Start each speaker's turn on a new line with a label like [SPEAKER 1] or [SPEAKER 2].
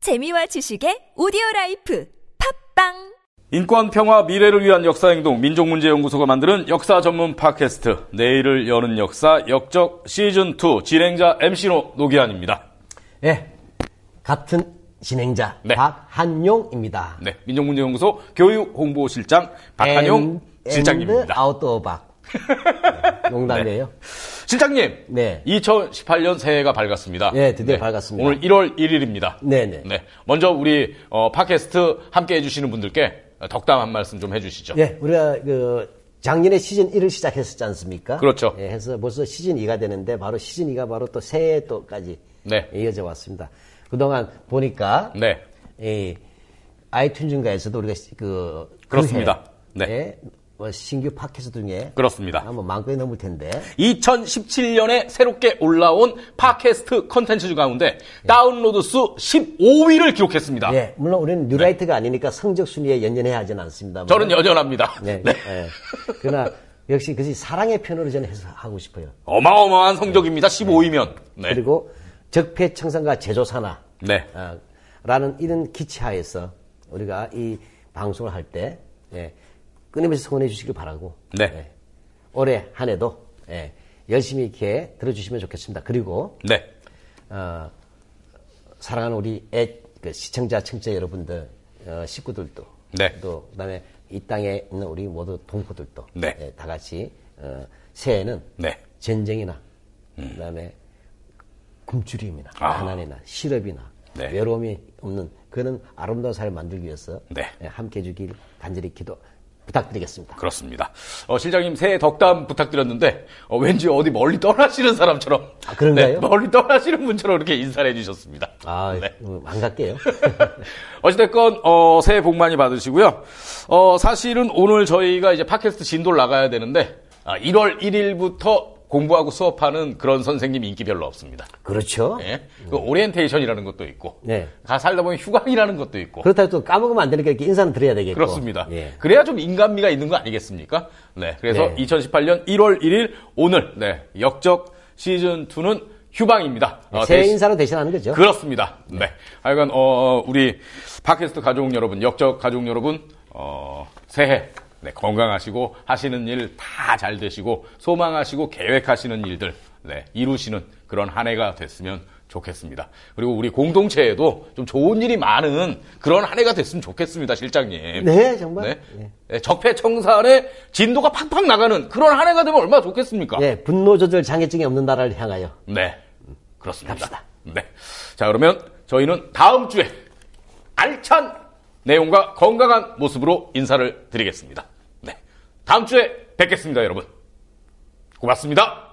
[SPEAKER 1] 재미와 지식의 오디오 라이프 팝빵
[SPEAKER 2] 인권 평화 미래를 위한 역사 행동 민족문제연구소가 만드는 역사 전문 팟캐스트 내일을 여는 역사 역적 시즌 2 진행자 MC로 노기환입니다.
[SPEAKER 3] 예. 같은 진행자
[SPEAKER 2] 네.
[SPEAKER 3] 박한용입니다.
[SPEAKER 2] 네, 민족문제연구소 교육 홍보실장 박한용
[SPEAKER 3] 앤- 앤드
[SPEAKER 2] 실장님입니다.
[SPEAKER 3] 아웃도어 박. 농담이에요.
[SPEAKER 2] 실장님,
[SPEAKER 3] 네.
[SPEAKER 2] 2018년 새해가 밝았습니다.
[SPEAKER 3] 네, 드디어 밝았습니다.
[SPEAKER 2] 오늘 1월 1일입니다.
[SPEAKER 3] 네네.
[SPEAKER 2] 먼저 우리 어, 팟캐스트 함께 해주시는 분들께 덕담 한 말씀 좀 해주시죠.
[SPEAKER 3] 예, 우리가 그 작년에 시즌 1을 시작했었지 않습니까?
[SPEAKER 2] 그렇죠.
[SPEAKER 3] 예, 해서 벌써 시즌 2가 되는데 바로 시즌 2가 바로 또 새해 또까지
[SPEAKER 2] 네.
[SPEAKER 3] 이어져 왔습니다. 그동안 보니까
[SPEAKER 2] 네,
[SPEAKER 3] 이 아이튠즈인가에서도 우리가 시- 그
[SPEAKER 2] 그렇습니다.
[SPEAKER 3] 네.
[SPEAKER 2] 네.
[SPEAKER 3] 신규 팟캐스트 중에
[SPEAKER 2] 그렇습니다.
[SPEAKER 3] 한번 만건이 넘을 텐데
[SPEAKER 2] 2017년에 새롭게 올라온 팟캐스트 컨텐츠 중 가운데 다운로드 수 15위를 기록했습니다.
[SPEAKER 3] 예, 물론 우리는 뉴라이트가 아니니까 성적 순위에 연연해야 하진 않습니다만.
[SPEAKER 2] 네. 저는 여전합니다.
[SPEAKER 3] 네,
[SPEAKER 2] 네.
[SPEAKER 3] 예. 그러나 역시 그것이 사랑의 편으로 저는 해서 하고 싶어요.
[SPEAKER 2] 어마어마한 성적입니다. 15위면. 네.
[SPEAKER 3] 그리고 적폐 청산과 제조 산화
[SPEAKER 2] 네.
[SPEAKER 3] 어, 라는 이런 기치하에서 우리가 이 방송을 할 때 예, 끊임없이 성원해 주시길 바라고
[SPEAKER 2] 네.
[SPEAKER 3] 예, 올해 한 해도 예, 열심히 이렇게 들어주시면 좋겠습니다. 그리고
[SPEAKER 2] 네.
[SPEAKER 3] 어, 사랑하는 우리 애, 그 시청자, 청취자 여러분들, 어, 식구들도,
[SPEAKER 2] 네.
[SPEAKER 3] 또 그다음에 이 땅에 있는 우리 모두 동포들도,
[SPEAKER 2] 네.
[SPEAKER 3] 예, 다 같이 어, 새해는
[SPEAKER 2] 네.
[SPEAKER 3] 전쟁이나 그다음에 굶주림이나
[SPEAKER 2] 아.
[SPEAKER 3] 가난이나 실업이나
[SPEAKER 2] 네.
[SPEAKER 3] 외로움이 없는 그런 아름다운 사회를 만들기 위해서
[SPEAKER 2] 네.
[SPEAKER 3] 예, 함께 해주길 간절히 기도 부탁드리겠습니다.
[SPEAKER 2] 그렇습니다. 어, 실장님 새해 덕담 부탁드렸는데 어, 왠지 어디 멀리 떠나시는 사람처럼
[SPEAKER 3] 아, 그런가요?
[SPEAKER 2] 네, 멀리 떠나시는 분처럼 이렇게 인사를 해주셨습니다.
[SPEAKER 3] 아,
[SPEAKER 2] 네.
[SPEAKER 3] 음, 안 갈게요.
[SPEAKER 2] 어찌됐건 어, 새해 복 많이 받으시고요. 어, 사실은 오늘 저희가 이제 팟캐스트 진도를 나가야 되는데 아, 1월 1일부터 공부하고 수업하는 그런 선생님 인기 별로 없습니다.
[SPEAKER 3] 그렇죠.
[SPEAKER 2] 예? 그 오리엔테이션이라는 것도 있고
[SPEAKER 3] 네.
[SPEAKER 2] 가 살다 보면 휴강이라는 것도 있고
[SPEAKER 3] 그렇다고 또 까먹으면 안 되니까 이렇게 인사는 드려야 되겠고.
[SPEAKER 2] 그렇습니다.
[SPEAKER 3] 예.
[SPEAKER 2] 그래야 좀 인간미가 있는 거 아니겠습니까? 네. 그래서
[SPEAKER 3] 네.
[SPEAKER 2] 2018년 1월 1일 오늘 네, 역적 시즌 2는 휴방입니다. 어,
[SPEAKER 3] 네, 새해
[SPEAKER 2] 대신-
[SPEAKER 3] 인사로 대신하는 거죠.
[SPEAKER 2] 그렇습니다. 네. 하여간 어, 우리 팟캐스트 가족 여러분, 역적 가족 여러분, 어, 새해 네, 건강하시고 하시는 일 다 잘 되시고 소망하시고 계획하시는 일들 네, 이루시는 그런 한 해가 됐으면 좋겠습니다. 그리고 우리 공동체에도 좀 좋은 일이 많은 그런 한 해가 됐으면 좋겠습니다, 실장님.
[SPEAKER 3] 네, 정말.
[SPEAKER 2] 네.
[SPEAKER 3] 예.
[SPEAKER 2] 네, 적폐청산의 진도가 팍팍 나가는 그런 한 해가 되면 얼마나 좋겠습니까?
[SPEAKER 3] 예, 분노 조절 장애증이 없는 나라를 향하여.
[SPEAKER 2] 네. 그렇습니다.
[SPEAKER 3] 갑시다.
[SPEAKER 2] 네. 자, 그러면 저희는 다음 주에 알찬 내용과 건강한 모습으로 인사를 드리겠습니다. 네. 다음 주에 뵙겠습니다, 여러분. 고맙습니다.